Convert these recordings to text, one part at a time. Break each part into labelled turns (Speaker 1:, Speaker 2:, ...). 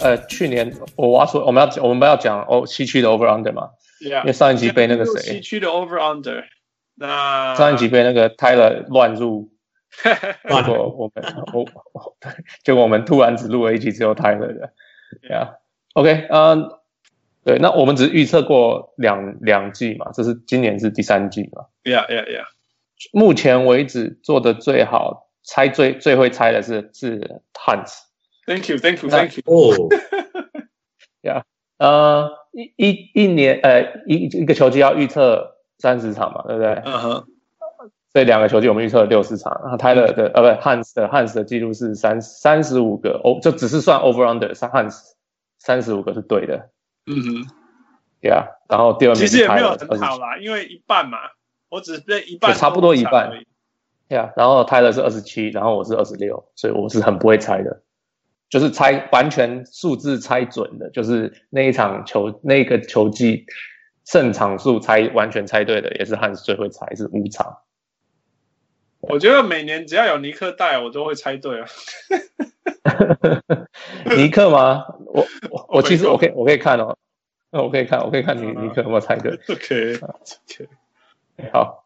Speaker 1: 呃，去年我我要说我们要我们不要讲哦西区的 over under 嘛，因为
Speaker 2: Yeah，
Speaker 1: 上一集被那个
Speaker 2: 啊六
Speaker 1: 谁
Speaker 2: 西，区的 Over Under，那
Speaker 1: 上一集被那个 Tyler 乱入，结
Speaker 3: 乱
Speaker 1: 果我们我 我结果我们突然只录了一集只有 Tyler 的，对啊，OK，嗯、对，那我们只预测过两两季嘛，这是今年是第三季嘛，
Speaker 2: Yeah Yeah Yeah，
Speaker 1: 目前为止做的最好，猜最最会猜的是是 Hans，
Speaker 2: Thank you, thank you, thank you。
Speaker 3: 哦，
Speaker 1: 呃，一一一年呃一一个球季要预测三十场嘛，对不对？
Speaker 2: 嗯哼，
Speaker 1: 这两个球季我们预测了六十场，然后 Tyler 的呃不 Hans 的 Hans 的记录是三三十五个哦，就只是算 over under，是 Hans 三十五个是对的
Speaker 2: 嗯哼，
Speaker 1: ，Yeah，然后第二名
Speaker 2: 其
Speaker 1: 是
Speaker 2: 实也没有
Speaker 1: Tyler
Speaker 2: 很好
Speaker 1: 二
Speaker 2: 啦，因为一半嘛，我只是被一半，
Speaker 1: 对差不多一半。，Yeah，然后 Tyler 是二十七，然后我是二十六，所以我是很不会猜的，就是猜完全数字猜准的，就是那一场球那个球季胜场数猜完全猜对的，也是 Hans 最会猜是五场。
Speaker 2: 我觉得每年只要有尼克带，我都会猜对啊。
Speaker 1: 尼克吗？我我我
Speaker 2: Oh my
Speaker 1: 其实我
Speaker 2: God
Speaker 1: 可以我可以看啊哦，那我可以看我可以看你尼克有没有猜对。
Speaker 2: Okay, okay.
Speaker 1: 好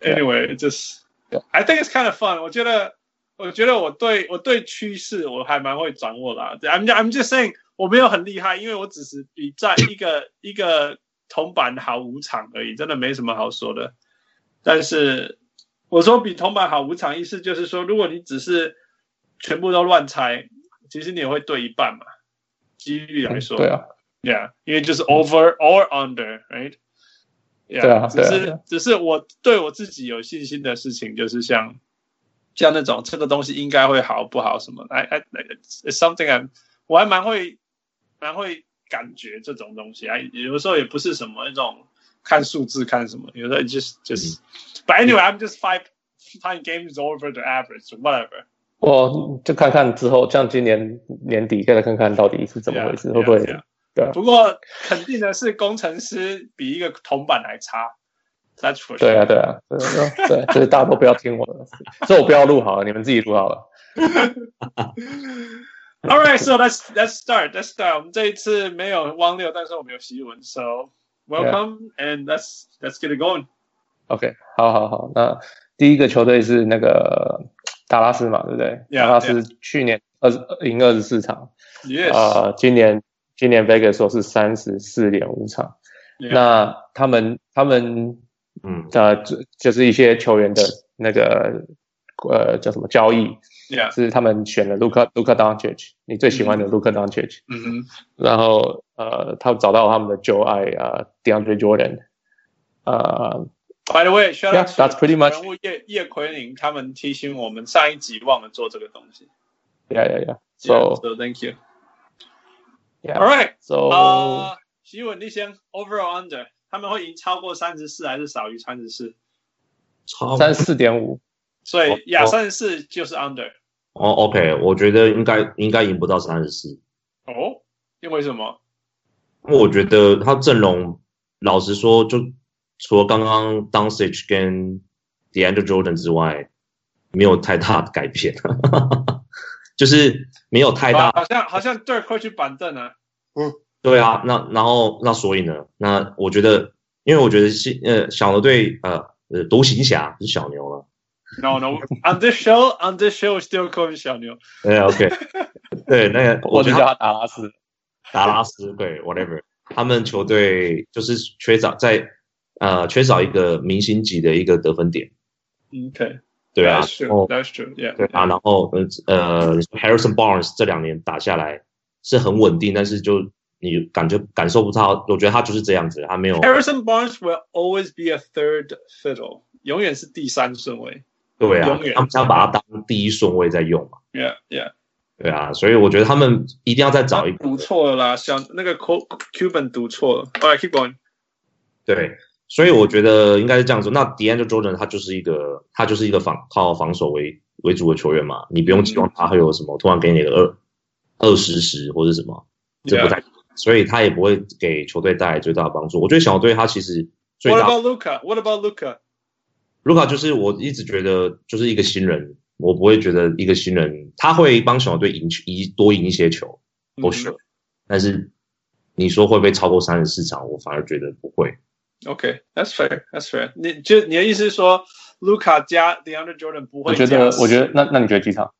Speaker 2: Anyway, just
Speaker 1: Yeah.
Speaker 2: I think it's kind of fun. 我觉得，我觉得我对我对趋势我还蛮会掌握啦。I'm I'm just saying 我没有很厉害，因为我只是比在一个一个铜板好五场而已，真的没什么好说的。但是我说比铜板好五场，意思就是说，如果你只是全部都乱猜，其实你也会对一半嘛，几率来
Speaker 1: 嗯
Speaker 2: 说。
Speaker 1: 对啊，
Speaker 2: Yeah，因为就是 over or under，right？
Speaker 1: Mm-hmm. 对啊
Speaker 2: 只
Speaker 1: 对啊
Speaker 2: 是
Speaker 1: 对啊
Speaker 2: 只是我对我自己有信心的事情，就是像像那种这个东西应该会好不好什么，I I it's it's something I'm 我还蛮会蛮会感觉这种东西啊，有的时候也不是什么那种看数字看什么，有的 just just、but anyway I'm just five five games over the average whatever。
Speaker 1: 我就看看之后，像今年年底再来看看到底是怎么回事
Speaker 2: Yeah,
Speaker 1: 会不会
Speaker 2: yeah, yeah.
Speaker 1: 对啊
Speaker 2: 不过肯定的是，工程师比一个铜板还差。That's for sure.
Speaker 1: 对啊，对啊，对啊对啊，对啊所以大家都不要听我的，所以我不要录好了，你们自己录好了。
Speaker 2: All right, so let's let's start. Let's start. 我们这一次没有汪六，但是我们有习文，so welcome and let's let's get it going.
Speaker 1: OK，好好好，那第一个球队是那个达拉斯嘛，对不对
Speaker 2: Yeah,
Speaker 1: 达拉斯去年二十赢二十四场，
Speaker 2: Yes.
Speaker 1: 呃，今年今年 Vegas 说是三十四点五场。
Speaker 2: Yeah.
Speaker 1: 那他们他们
Speaker 3: 嗯，
Speaker 1: 呃，就就是一些球员的那个呃叫什么交易，
Speaker 2: yeah.
Speaker 1: 是他们选了卢克卢克 Doncic，你最喜欢的卢克 Doncic，
Speaker 2: 嗯
Speaker 1: 然后呃，他们找到他们的旧爱啊、呃、，DeAndre Jordan，呃，
Speaker 2: 哼。By the way, shout out
Speaker 1: Yeah, that's
Speaker 2: to
Speaker 1: pretty much-
Speaker 2: 人物叶叶奎宁他们提醒我们上一集忘了做这个东西。
Speaker 1: 呀呀呀
Speaker 2: Yeah,
Speaker 1: ，so
Speaker 2: so thank you. All
Speaker 1: yeah,
Speaker 2: right.
Speaker 1: so
Speaker 2: 啊，习文你先 overall under 他们会赢超过三十四还是少于三十四？
Speaker 3: 超
Speaker 1: 三十四点五，
Speaker 2: 所以
Speaker 3: 哦
Speaker 2: 亚
Speaker 3: 哦
Speaker 2: 三十四就是 under
Speaker 3: 哦，OK，我觉得应该应该赢不到三十四，
Speaker 2: 哦，因为什么？
Speaker 3: 因为我觉得他阵容老实说，就除了刚刚 d o n c i g 跟 DeAndre Jordan 之外，没有太大的改变， 就是没有太大
Speaker 2: 好像好像 Dirk 会去板凳啊。
Speaker 3: 对啊，那然后那所以呢，那我觉得，因为我觉得是呃小牛队呃呃独行侠不是小牛了，
Speaker 2: No no on this show on this show we still call him 小牛。
Speaker 3: 对 OK，对那个
Speaker 1: 我
Speaker 3: 觉
Speaker 1: 就
Speaker 3: 得
Speaker 1: 叫他
Speaker 3: 他
Speaker 1: 达拉斯，
Speaker 3: 达拉斯对 whatever，他们球队就是缺少在呃缺少一个明星级的一个得分点，
Speaker 2: OK
Speaker 3: 对啊
Speaker 2: that's，
Speaker 3: 然后
Speaker 2: true that's true yeah
Speaker 3: 对啊，然后呃呃，Harrison Barnes 这两年打下来是很稳定，但是就你感觉感受不到，我觉得他就是这样子，他没有
Speaker 2: Harrison Barnes will always be a third fiddle，永远是第三顺位。
Speaker 3: 对啊
Speaker 2: 永远，
Speaker 3: 他们想把他当第一顺位在用嘛，
Speaker 2: Yeah yeah，
Speaker 3: 对啊，所以我觉得他们一定要再找一个
Speaker 2: 读错了啦，小那个 Cu- Cuban 读错了。All right keep going。嗯
Speaker 3: 对，所以我觉得应该是这样说。那 DeAndre Jordan 他就是一个他就是一个防靠防守为为主的球员嘛，你不用期望他会有什么突然给你个二二十十或者什么，这不
Speaker 2: Yeah
Speaker 3: 太，所以他也不会给球队带来最大的帮助。我觉得小牛队他其实最
Speaker 2: What
Speaker 3: 大
Speaker 2: about Luca? What about Luca?
Speaker 3: 卢卡就是我一直觉得就是一个新人，我不会觉得一个新人他会帮小牛队赢一多赢一些球，
Speaker 2: 嗯
Speaker 3: For sure 但是你说会不会超过三十四场，我反而觉得不会。
Speaker 2: OK，that's fair，that's fair。你就你的意思是说，卢卡加 DeAndre Jordan 不
Speaker 1: 我
Speaker 2: 会
Speaker 1: 觉
Speaker 2: 加十？
Speaker 1: 得，我觉得那那你觉得几场？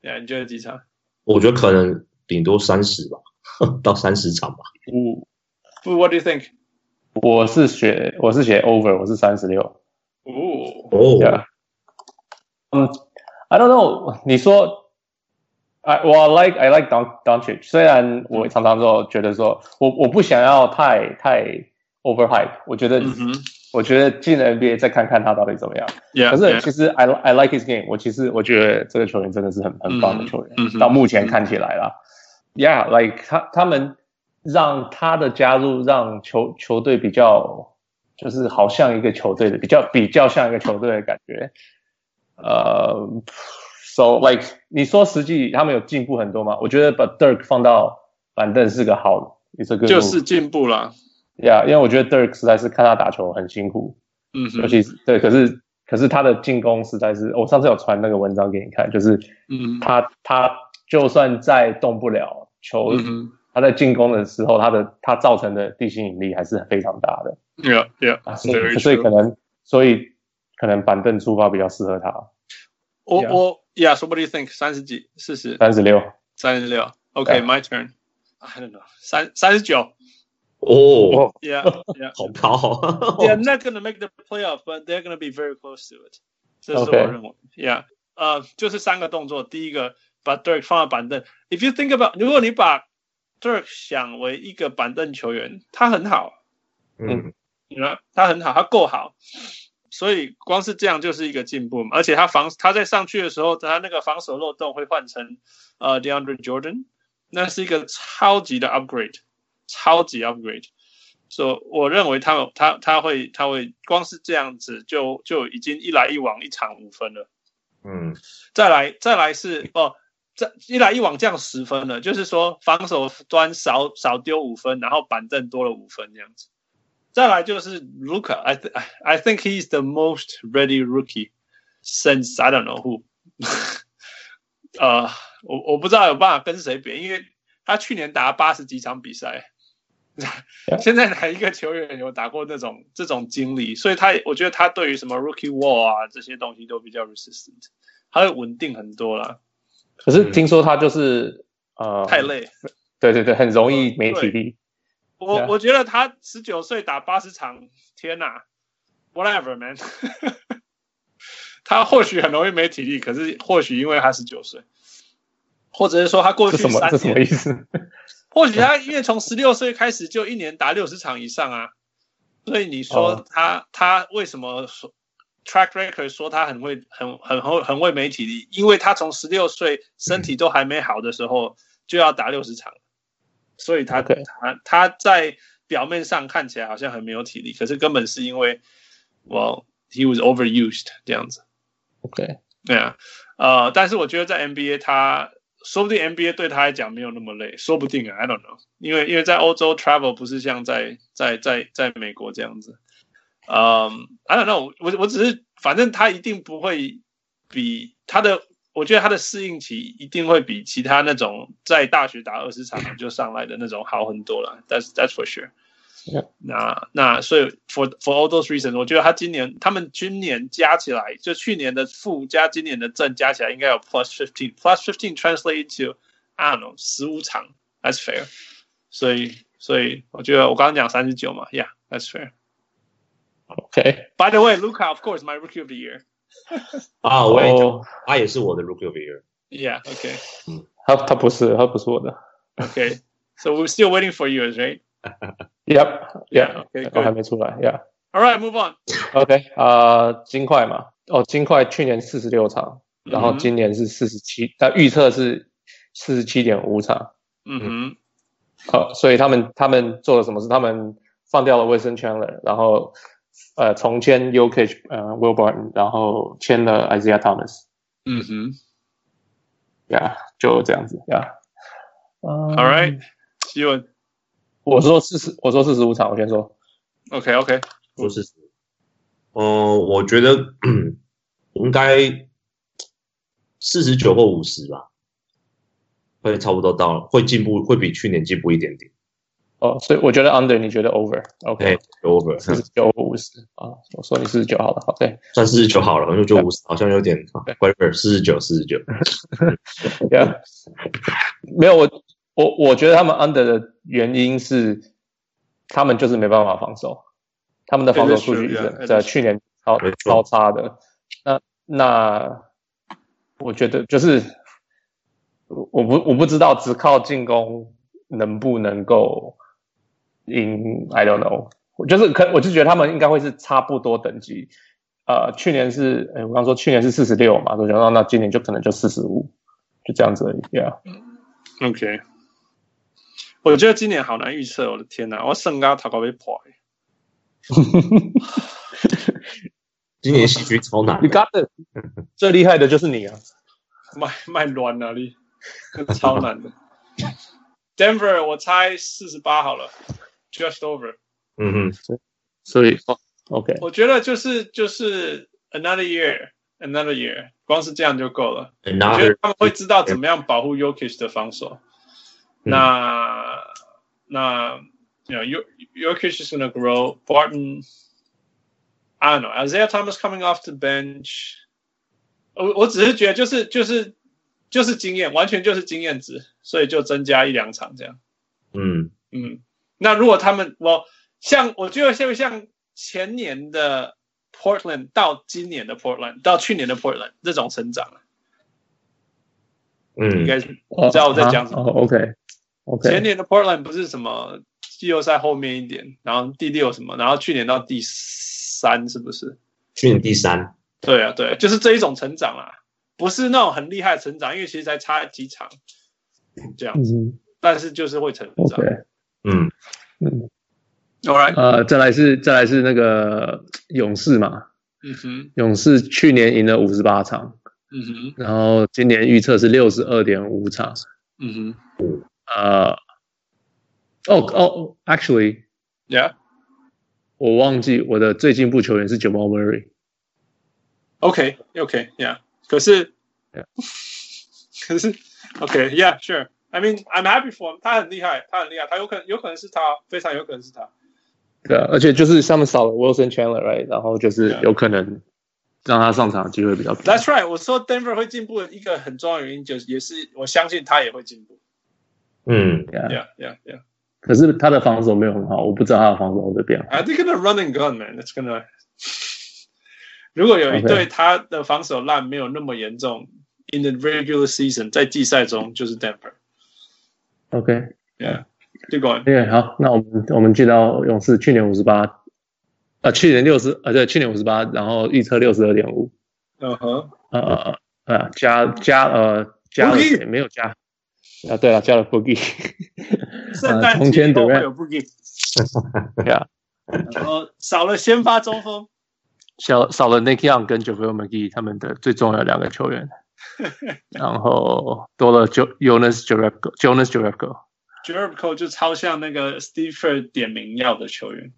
Speaker 2: 得，你觉得几场？
Speaker 3: 我觉得可能顶多三十吧， 到三十场吧。
Speaker 1: 我
Speaker 2: 不，What do you think？
Speaker 1: 我是写我是写 over，我是三十六。
Speaker 2: 哦，
Speaker 3: 哦、
Speaker 1: Yeah. 嗯，I don't know。你说，I 我 like I like Don Doncic。虽然我常常都觉得说，我我不想要太太 overhype。我觉得，
Speaker 2: 嗯哼
Speaker 1: 我觉得进了 NBA 再看看他到底怎么样。
Speaker 2: ，Yeah，
Speaker 1: 可是
Speaker 2: yeah，
Speaker 1: 其实 I I like his game。我其实我觉得这个球员真的是很很棒的球员
Speaker 2: 嗯哼，
Speaker 1: 到目前看起来啦。Yeah，like 他他们让他的加入让球球队比较就是好像一个球队的比较比较像一个球队的感觉。呃，so like 你说实际他们有进步很多吗？我觉得把 Dirk 放到板凳是个好，也是个
Speaker 2: 就是进步了。
Speaker 1: yeah，因为我觉得 Dirk 实在是看他打球很辛苦，
Speaker 2: 嗯
Speaker 1: 尤
Speaker 2: 哼，
Speaker 1: 其是对，可是可是他的进攻实在是，哦我上次有传那个文章给你看，就是
Speaker 2: 嗯哼，
Speaker 1: 他他就算再动不了球，
Speaker 2: 嗯哼
Speaker 1: 他在进攻的时候，他的他造成的地心引力还是非常大的啊，所以
Speaker 2: ，Yeah，Yeah，very
Speaker 1: 所以
Speaker 2: true
Speaker 1: 可。能所以可能板凳出发比较适合他，
Speaker 2: 我
Speaker 1: Yeah.
Speaker 2: 我 yeah, so what do you think？三十几、四十、
Speaker 1: 三十六，
Speaker 2: 三十六。Okay,
Speaker 1: Yeah.
Speaker 2: my turn. I don't know. 三三十九。
Speaker 3: 哦，
Speaker 2: Yeah, yeah.
Speaker 3: 好高、哦
Speaker 2: They're not going to make the playoff, but they're going to be very close to it. 这是我
Speaker 1: Okay.
Speaker 2: 认为。Yeah，呃，就是三个动作。第一个，把 Dirk 放在板凳。If you think about，如果你把 Dirk 想为一个板凳球员，他很好，
Speaker 3: 嗯，
Speaker 2: 你知道他很好，他够好，所以光是这样就是一个进步嘛。而且他防他在上去的时候，他那个防守漏洞会换成呃 DeAndre Jordan，那是一个超级的 upgrade，超级 upgrade。所、so, 我认为他们他他会他会光是这样子就就已经一来一往一场五分了。
Speaker 3: 嗯，
Speaker 2: 再来再来是哦，这一来一往这样十分了，就是说防守端少少丢五分，然后板凳多了五分这样子。再来就是 Luca，I th I think he's the most ready rookie since I don't know who 呃，我我不知道有办法跟谁比，因为他去年打八十几场比赛， 现在哪一个球员有打过那种这种经历？所以他我觉得他对于什么 rookie wall 啊这些东西都比较 resistant，他会稳定很多啦。
Speaker 1: 可是听说他就是、呃
Speaker 2: 太，累，
Speaker 1: 对对对，很容易没体力，
Speaker 2: 我、
Speaker 1: Yeah.
Speaker 2: 我觉得他十九岁打八十场，天哪，whatever man，他或许很容易没体力，可是或许因为他十九岁，或者是说他过
Speaker 1: 这
Speaker 2: 去
Speaker 1: 什么
Speaker 2: 三
Speaker 1: 这什么
Speaker 2: 年，
Speaker 1: 意思？
Speaker 2: 或许他因为从十六岁开始就一年打六十场以上啊，所以你说
Speaker 1: 哦
Speaker 2: 他、他为什么说 track record 说他很会很很很很会没体力？因为他从十六岁身体都还没好的时候就要打六十场，所以他
Speaker 1: OK
Speaker 2: 他他在表面上看起来好像很没有体力，可是根本是因为 well he was overused 这样子。
Speaker 1: OK，
Speaker 2: 对啊，呃，但是我觉得在 NBA 他说不定 NBA 对他来讲没有那么累，说不定啊，I don't know，因为因为在欧洲 travel 不是像在在在在美国这样子，嗯、i don't know，我我只是反正他一定不会比他的，我觉得他的适应期一定会比其他那种在大学打二十场就上来的那种好很多了，that's that's for sure。
Speaker 1: Yeah.
Speaker 2: 那那所以 for for all those reasons，我觉得他今年他们今年加起来，就去年的负加今年的正加起来应该有 plus fifteen，plus fifteen translate into I don't know 十五场，that's fair。所以所以我觉得我刚刚讲三十九嘛，yeah，that's fair。
Speaker 1: OK，
Speaker 2: By the way, Luca, of course, my rookie of the year.
Speaker 3: 啊，我也觉得
Speaker 1: 哦，
Speaker 3: 他也是我的 Rookie of the Year。
Speaker 2: Yeah, okay,
Speaker 1: 他他不是他不是我的
Speaker 2: okay. So we're still waiting for yours, right?
Speaker 1: ，Yep
Speaker 2: Yeah,
Speaker 1: Yep，
Speaker 2: okay,
Speaker 1: 我还
Speaker 2: good.
Speaker 1: 没出来，Yeah。
Speaker 2: All right, move on.
Speaker 1: OK 啊、金块嘛，哦，金块去年四十六场，然后
Speaker 2: 嗯哼
Speaker 1: 今年是四十七，但预测是四十七点五场。
Speaker 2: 嗯哼，
Speaker 1: 好、所以他们他们做了什么事？他们放掉了 Wilson Chandler，然后呃重签 u k 呃 Will Barton，然后签了 Isaiah Thomas，
Speaker 2: 嗯哼。
Speaker 1: 呀、yeah,，就这样子呀。Yeah.
Speaker 2: All right, you and
Speaker 1: 我说四十，我说四十五场，我先说。
Speaker 2: okay, okay.
Speaker 3: 说是，
Speaker 1: 嗯
Speaker 3: 呃，我觉得 应该四十九或五十吧。会差不多到了，会进步，会比去年进步一点点。
Speaker 1: 哦，所以我觉得 under，你觉得 over？OK，
Speaker 3: 对，over
Speaker 1: 四十九五十啊，我说你四十九好了，好对
Speaker 3: 算四十九好了，我就觉得五十好像有点啊
Speaker 1: 对
Speaker 3: whatever，四十九四十九。
Speaker 1: ，Yeah，没有我我我觉得他们 under 的原因是他们就是没办法防守，他们的防守
Speaker 2: That is
Speaker 1: 数
Speaker 2: true,
Speaker 1: 据
Speaker 2: yeah, that
Speaker 1: 是
Speaker 2: is
Speaker 1: 在
Speaker 2: true.
Speaker 1: 去年超
Speaker 3: 没错
Speaker 1: 超差的，那那我觉得就是我我不我不知道只靠进攻能不能够赢，I don't know，我就是可我就觉得他们应该会是差不多等级。呃，去年是，哎，我刚说去年是四十六嘛，我想到那今年就可能就四十五，就这样子而已，Yeah。
Speaker 2: OK，我觉得今年好难预测，我的天哪！我圣家头壳被破。
Speaker 3: 今年戏剧超难
Speaker 1: 你，刚 的最厉害的就是你啊，
Speaker 2: 卖卖卵哪 里？超难的。Denver，我猜四十八好了，just over。
Speaker 3: 嗯哼，
Speaker 1: 所以哦，OK，
Speaker 2: 我觉得就是就是 another year，another year，光是这样就够了。我觉
Speaker 3: another
Speaker 2: 得他们会知道怎么样保护 Yokich 的防守。那那，you know, Yokich is going to grow. Barton, I don't know. Isaiah Thomas coming off the bench. 我我只是觉得就是就是就是经验，完全就是经验值，所以就增加一两场这样。
Speaker 3: 嗯
Speaker 2: 嗯，那如果他们我像我觉得像像前年的 Portland 到今年的 Portland 到去年的 Portland 这种成长，应
Speaker 3: 嗯
Speaker 2: 该是你知道我在讲什么
Speaker 1: 哦，OK，OK，
Speaker 2: 前年的 Portland 不是什么季后赛后面一点，然后第六什么，然后去年到第三是不是？
Speaker 3: 去年第三，
Speaker 2: 对啊，对啊就是这一种成长啦，不是那种很厉害的成长，因为其实才差几场这样，
Speaker 1: 嗯
Speaker 2: 但是就是会成长
Speaker 1: ，OK，。
Speaker 3: 嗯，
Speaker 1: 嗯，
Speaker 2: All right，
Speaker 1: 呃，再来是再来是那个勇士嘛，
Speaker 2: 嗯哼，
Speaker 1: 勇士去年赢了五十八场，
Speaker 2: 嗯哼，
Speaker 1: 然后今年预测是六十二点五场，
Speaker 2: 嗯哼
Speaker 1: 呃，哦哦，actually，
Speaker 2: ，Yeah，OK，、
Speaker 1: 我忘记我的最进步球员是 Jamal Murray，
Speaker 2: OK OK，Yeah，可是
Speaker 1: Yeah
Speaker 2: 可是 OK，Yeah，Sure。I mean, I'm happy for him. 他很厉害，他很厉害，他有可能有可能是他，非常有可能是他。
Speaker 1: 对啊，而且就是他们少了 Wilson Chandler，right，然后就是有可能让他上场的机会比较大。
Speaker 2: That's right，我说 Denver 会进步的一个很重要的原因，就是也是我相信他也会进步。
Speaker 3: 嗯
Speaker 1: Yeah.
Speaker 2: Yeah, yeah, yeah.
Speaker 1: 可是他的防守没有很好，我不知道他的防守会不会变好。
Speaker 2: I think gonna run and gun, man. It's gonna. 如果有一
Speaker 1: OK
Speaker 2: 队他的防守烂没有那么严重，in the regular season，在季赛中就是 Denver。
Speaker 1: OK，
Speaker 2: Yeah, keep going.
Speaker 1: 对，好，那我们我们进到勇士，去年五十八，呃，去年六十，呃，对，去年五十八，然后预测六十二点五，
Speaker 2: 嗯哼，
Speaker 1: 呃呃呃，呃加加呃加了
Speaker 2: Boogie
Speaker 1: 谁没有加？啊，对了，加了 Boogie，
Speaker 2: 圣诞
Speaker 1: 从
Speaker 2: 节
Speaker 1: 前
Speaker 2: 以后
Speaker 1: 对
Speaker 2: 会
Speaker 1: 面
Speaker 2: 有 Boogie，
Speaker 1: 对啊，
Speaker 2: 然后少了先发中锋。
Speaker 1: 少少了 Nick Young 跟 j a v a l McGee 他们的最重要的两个球 员，然后多了 Jo Jonas Jerebko，Jonas Jerebko，
Speaker 2: Jericho 就超像那个 Steve 点名要的球员。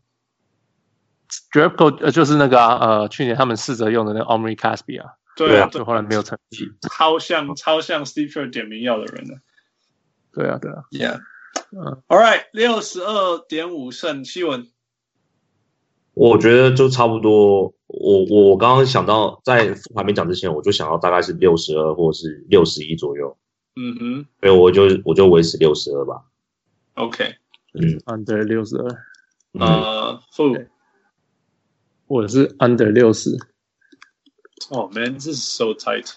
Speaker 1: Jerebko 呃就是那个啊呃去年他们试着用的那个 Omri Caspi 啊，
Speaker 2: 对啊，
Speaker 1: 就后来没有成绩，
Speaker 2: 超像超像 Steve 点名要的人呢。
Speaker 1: 对啊对啊，
Speaker 2: Yeah.
Speaker 1: 嗯
Speaker 2: All right，六十二点五胜，希文。
Speaker 3: 我觉得就差不多。我我我刚刚想到，在还没讲之前，我就想到大概是六十二或者是六十一左右，
Speaker 2: 嗯哼
Speaker 3: 所以我就我就维持六十二吧。
Speaker 2: ，OK，
Speaker 1: ，under 六十二。
Speaker 3: 嗯，
Speaker 2: 呃，负
Speaker 1: 对我是 under 六十，
Speaker 2: 哦，man，这是 so tight，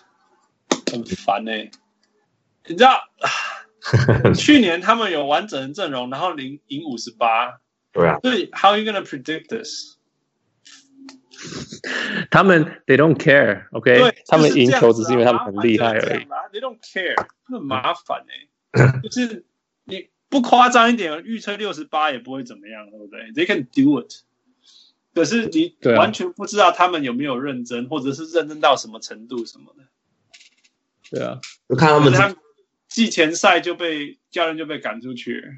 Speaker 2: 很烦呢、你知道，
Speaker 1: 嗯
Speaker 2: 去年他们有完整的阵容，然后零赢五十八，
Speaker 3: 对啊，
Speaker 2: 所以 how are you gonna predict this？
Speaker 1: 他们 they don't care，OK，、
Speaker 2: 对，
Speaker 1: 他们
Speaker 2: 就是
Speaker 1: 赢
Speaker 2: 这样
Speaker 1: 球
Speaker 2: 子
Speaker 1: 只
Speaker 2: 啊
Speaker 1: 是因为他们很厉害
Speaker 2: 麻烦
Speaker 1: 而已。
Speaker 2: 就是这样啦，They don't care，很麻烦 呢、就是你不夸张一点，预测六十八也不会怎么样，对不对？They can do it。可是你
Speaker 1: 对啊
Speaker 2: 完全不知道他们有没有认真，或者是认真到什么程度什么的。
Speaker 1: 对啊，
Speaker 3: 就看他
Speaker 2: 他
Speaker 3: 们
Speaker 2: 们他季前赛就被教练就被赶出 去了，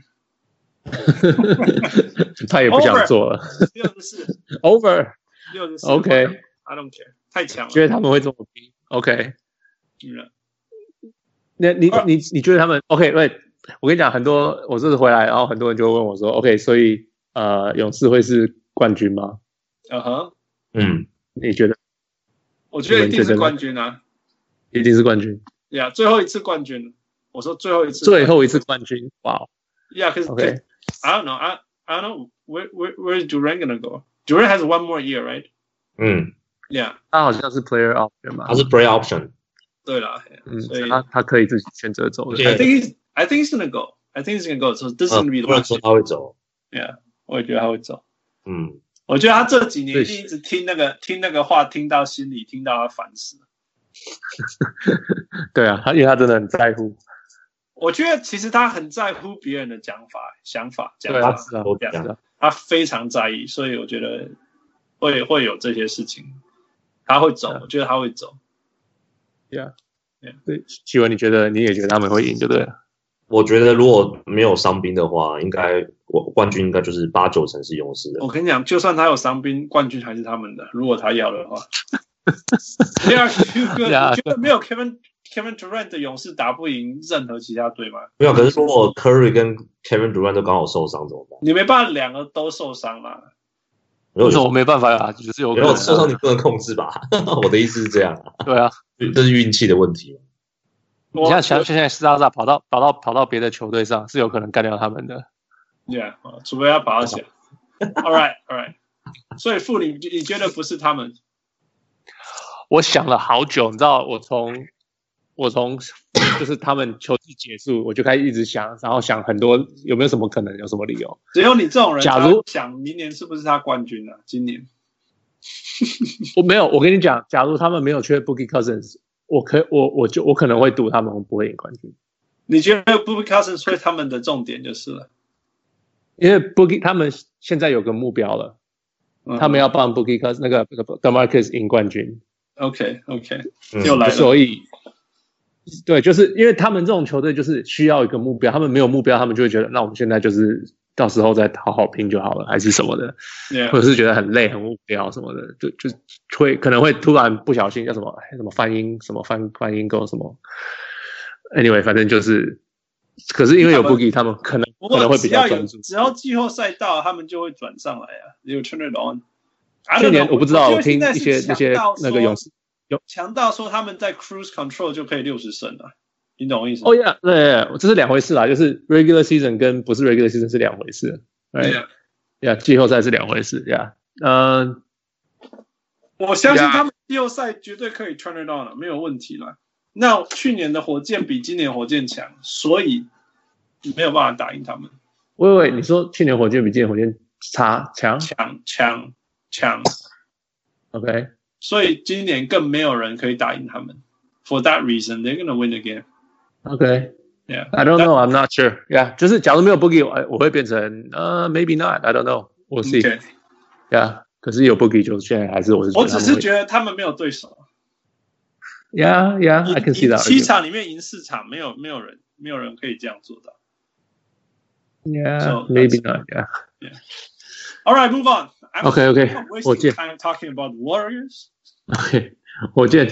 Speaker 1: 他也不想做了。
Speaker 2: 六十四，
Speaker 1: Over，
Speaker 2: 六十四
Speaker 1: OK
Speaker 2: ，I don't care，太强
Speaker 1: 觉得
Speaker 2: 了。
Speaker 1: 他们会这么拼。OK，
Speaker 2: 嗯
Speaker 1: 那你
Speaker 2: 啊
Speaker 1: 你你觉得他们 OK？对，我跟你讲，很多我这次回来，然后很多人就会问我说，OK，所以呃，勇士会是冠军吗？
Speaker 2: 嗯哼，
Speaker 3: 嗯，
Speaker 1: 你觉得
Speaker 2: 我觉得一定是冠军啊，
Speaker 1: 一定是冠军？
Speaker 2: 呀，最后一次冠军，我说最后一次，
Speaker 1: 最后一次冠军，哇哦
Speaker 2: ，Yeah, because
Speaker 1: ，OK，
Speaker 2: I don't know, I I don't know where where where is Duran gonna go? Duran has one more year, right?
Speaker 3: 嗯，
Speaker 2: Yeah，
Speaker 1: 他好像是 player option 嘛
Speaker 3: 他，是 play option，
Speaker 2: 对了
Speaker 1: 嗯
Speaker 2: 所以，
Speaker 1: 他他可以自己选择走
Speaker 3: 对
Speaker 2: ，I
Speaker 1: 的。
Speaker 2: think he's I think he's gonna go, I think he's gonna go. So this is
Speaker 3: 呃
Speaker 2: gonna be
Speaker 1: Oh,
Speaker 2: the
Speaker 3: 很多人
Speaker 2: last.
Speaker 3: 说
Speaker 2: year.
Speaker 3: 他会走，
Speaker 2: 我也觉得他会走，
Speaker 3: 嗯，
Speaker 2: 我觉得他这几年
Speaker 1: 对
Speaker 2: 一定一直听那个听那个话，听到心里听到他烦死。
Speaker 1: 对啊，他因为他真的很在乎。
Speaker 2: 我觉得其实他很在乎别人的讲法、想法、讲
Speaker 1: 对啊，
Speaker 2: 法，
Speaker 1: 是啊，
Speaker 3: 都这
Speaker 2: 这
Speaker 3: 样
Speaker 1: 样，
Speaker 2: 他非常在意，所以我觉得会会有这些事情，他会走，
Speaker 1: 对啊
Speaker 2: 我觉得他会走。
Speaker 1: 对，希文，你觉得你也觉得他们会赢就对了。
Speaker 3: 我觉得如果没有伤兵的话，应该我冠军应该就是八九成是勇士的
Speaker 1: 哦
Speaker 2: 我。跟你讲，就算他有伤兵，冠军还是他们的。如果他要的话 ，They are too good。
Speaker 1: Yeah，
Speaker 2: 你觉得没有 Kevin Kevin Durant 的勇士打不赢任何其他队吗？
Speaker 3: 没有，可是如果 Curry 跟 Kevin Durant 都刚好受伤怎么办？
Speaker 2: 你没办法两个都受伤啦。
Speaker 3: 没有，
Speaker 1: 那我没办法啊，只是有可
Speaker 3: 没
Speaker 1: 能
Speaker 3: 有
Speaker 1: 啊
Speaker 3: 受伤你不能控制吧？ 我的意思是这样啊，
Speaker 1: 对啊，
Speaker 3: 这是运气的问题。
Speaker 1: 你
Speaker 2: 我
Speaker 1: 像想现在斯拉萨跑到跑到跑到别的球队上是有可能干掉他们的。
Speaker 2: Yeah，哦除非他跑到起来。All right, all right。所以傅，你你觉得不是他们？
Speaker 1: 我想了好久，你知道，我从我从就是他们球季结束，我就开始一直想，然后想很多有没有什么可能，有什么理由。
Speaker 2: 只有你这种人，
Speaker 1: 假如
Speaker 2: 他想明年是不是他冠军啊？今年
Speaker 1: 我没有，我跟你讲，假如他们没有缺 Boogie Cousins，我可我我就我可能会赌他们不会赢冠军，
Speaker 2: 你觉得 b o o b y Cousins 会他们的重点就是了，
Speaker 1: 因为 Boogie 他们现在有个目标了，
Speaker 2: 嗯
Speaker 1: 他们要帮 Boogie Cousins 那个那个 Demarcus 赢冠军，
Speaker 2: OK OK
Speaker 3: 嗯
Speaker 2: 又来了，
Speaker 1: 所以。对，就是因为他们这种球队就是需要一个目标，他们没有目标，他们就会觉得那我们现在就是到时候再好好拼就好了，还是什么的。
Speaker 2: Yeah
Speaker 1: 或者是觉得很累、很无聊什么的，就就会可能会突然不小心叫什么哎什么翻音、什么翻翻音狗什么，anyway，反正就是，可是因为有
Speaker 2: 他们
Speaker 1: Boogie，他们可能
Speaker 2: 不
Speaker 1: 可能
Speaker 2: 过
Speaker 1: 会比
Speaker 2: 只
Speaker 1: 较
Speaker 2: 要有
Speaker 1: 专注。
Speaker 2: 只要季后赛到，他们就会转上来啊。You turn it on。
Speaker 1: 啊去年
Speaker 2: 我
Speaker 1: 我不知道，
Speaker 2: 我
Speaker 1: 我听一些那
Speaker 2: 那
Speaker 1: 些那个勇士，
Speaker 2: 强到说他们在 cruise control 就可以六十胜了，你懂我意思吗？
Speaker 1: 哦呀，对对，对这是两回事啦，就是 regular season 跟不是 regular season 是两回事，哎
Speaker 2: Yeah
Speaker 1: 呀，季后赛是两回事呀，嗯，
Speaker 2: 我相信
Speaker 1: Yeah
Speaker 2: 他们季后赛绝对可以 turn it on 了，没有问题了。那去年的火箭比今年火箭强，所以没有办法打赢他们。
Speaker 1: 喂喂，你说去年火箭比今年火箭差强
Speaker 2: 强强强，
Speaker 1: ？OK，
Speaker 2: 所以今年更没有人可以打赢他们。For that reason, they're gonna win the game.
Speaker 1: OK。
Speaker 2: Yeah.
Speaker 1: I don't know. I'm not sure. Yeah，就是假如没有 Boogie，我哎我会变成呃、maybe not. I don't know. We'll see.
Speaker 2: OK，
Speaker 1: Yeah，可是有 Boogie 就现在还是我是
Speaker 2: 我只是
Speaker 1: 得
Speaker 2: 觉得他们没有对手。
Speaker 1: 他们会 Yeah, yeah. I can see
Speaker 2: 赢
Speaker 1: that.
Speaker 2: 七场里面赢四场，没有没有人没有人可以这样做到。
Speaker 1: Yeah,
Speaker 2: So
Speaker 1: maybe
Speaker 2: that's-
Speaker 1: not. Yeah.
Speaker 2: All right, move on. I'm
Speaker 1: OK OK，
Speaker 2: not
Speaker 1: 火
Speaker 2: wasting
Speaker 1: 箭
Speaker 2: time talking about the Warriors.
Speaker 1: OK，火箭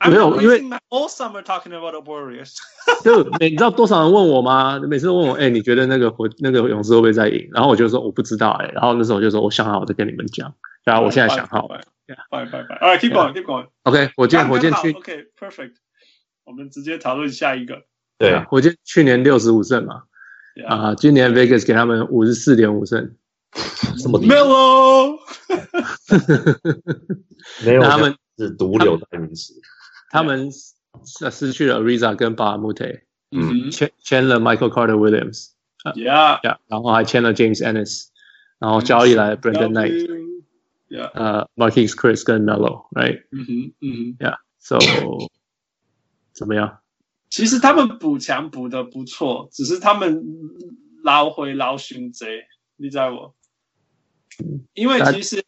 Speaker 2: I'm
Speaker 1: 没有
Speaker 2: not
Speaker 1: 因为
Speaker 2: wasting my whole summer talking about the Warriors.
Speaker 1: 就每你知道多少人问我吗？每次问我，哎、你觉得那个火那个勇士会不会再赢？然后我就说我不知道、哎，然后那时候我就说我想好，我再跟你们讲。然后我现在想好了。
Speaker 2: Bye, bye, bye, bye. All right, keep
Speaker 1: Yeah.
Speaker 2: going, keep going.
Speaker 1: OK，火箭火箭
Speaker 2: 刚刚好
Speaker 1: 去
Speaker 2: OK, perfect. 我们直接讨论下一个。
Speaker 3: 对，
Speaker 1: 火箭去年六十五胜嘛，
Speaker 2: Yeah.
Speaker 1: 啊、今年 Vegas 给他们五十四点五胜。
Speaker 3: 这么低，
Speaker 2: Melo，
Speaker 3: 没有
Speaker 1: 那他们
Speaker 3: 是毒瘤代名词。
Speaker 1: 他们失失去了 Ariza 跟 b a m u t e
Speaker 2: 嗯
Speaker 1: 签签了 Michael Carter Williams，
Speaker 2: ，Yeah，
Speaker 1: yeah, 然后还签了 James Ennis，然
Speaker 2: 嗯
Speaker 1: 后交易来 Brandon Knight、
Speaker 2: ，Yeah，
Speaker 1: 呃 Marquis Chris 跟 Melo，right？So
Speaker 2: 嗯哼，嗯哼，
Speaker 1: 怎么样？
Speaker 2: 其实他们补强补的不错，只是他们捞回捞寻贼，你知道不？因为
Speaker 1: 但
Speaker 2: 其实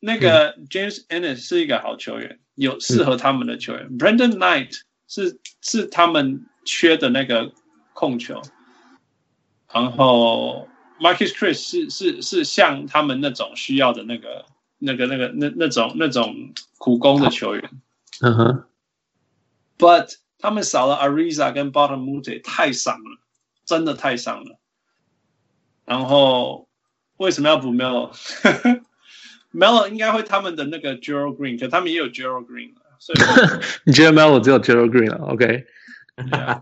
Speaker 2: 那个 James Ennis 是一个好球员，有适合他们的球员。Brandon Knight 是是他们缺的那个控球，然后 Marcus Chris 是是是像他们那种需要的那个那个那个那那种那种苦工的球员。
Speaker 1: 嗯哼，
Speaker 2: But 他们少了 Ariza 跟 Bottom m u t e 太伤了，真的太伤了。然后为什么要补 Melo？Melo 应该会他们的那个 Gerald Green，可他们也有 Gerald Green 了，所以
Speaker 1: 你觉得 Melo 只有 Gerald Green 啊？OK，
Speaker 2: Yeah,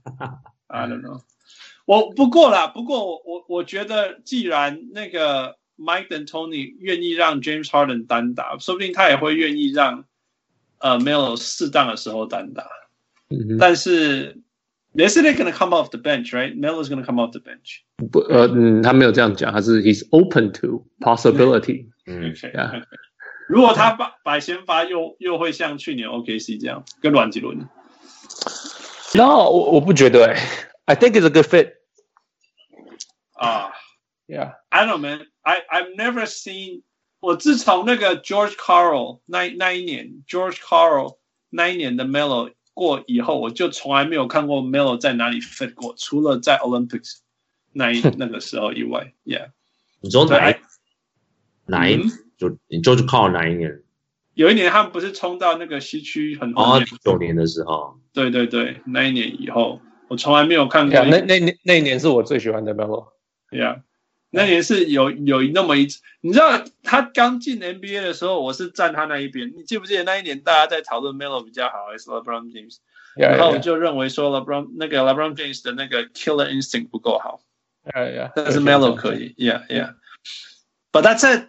Speaker 2: I don't know 我。不过啦，不过我我我觉得，既然那个 Mike 跟 Tony 愿意让 James Harden 单打，说不定他也会愿意让呃 Melo 适当的时候单打。
Speaker 1: 嗯哼
Speaker 2: 但是 t h e s i n going to come off the bench, right? Melo's going to come off the bench.
Speaker 1: 不呃嗯，他没有这样讲，他是 he's open to possibility。
Speaker 3: 嗯，
Speaker 2: OK，,
Speaker 1: Yeah.
Speaker 2: 如果他把摆先发又又会像去年 OKC 这样跟阮吉伦，
Speaker 1: No，我我不觉得、欸、，I think it's a good fit。
Speaker 2: 啊、
Speaker 1: Yeah，
Speaker 2: I don't know, man. I I've never seen. 我自从那个 George Carl 那那一年 George Carl 那一年的 Melo 过以后，我就从来没有看过 Melo 在哪里 fit 过，除了在 Olympics 那一那个时候以外，Yeah，
Speaker 3: 你说哪一
Speaker 2: 对
Speaker 3: 哪一
Speaker 2: 嗯
Speaker 3: 就你就是靠哪一年？
Speaker 2: 有一年他们不是冲到那个西区很后
Speaker 3: 哦
Speaker 2: 面，，
Speaker 3: 九年的时候，
Speaker 2: 对对对，那一年以后，我从来没有看过
Speaker 1: yeah, 啊那那那那一年是我最喜欢的 Melo。
Speaker 2: Yeah，那啊年是有有那么一次，你知道他刚进 NBA 的时候，我是站他那一边。你记不记得那一年大家在讨论 Melo 比较好还是 LeBron James？
Speaker 1: Yeah,
Speaker 2: 然后我
Speaker 1: yeah,
Speaker 2: 就认为说 LeBron 那个 LeBron James 的那个 killer instinct 不够好，
Speaker 1: yeah, yeah,
Speaker 2: 但是 Melo 可以。Yeah yeah。But that's it.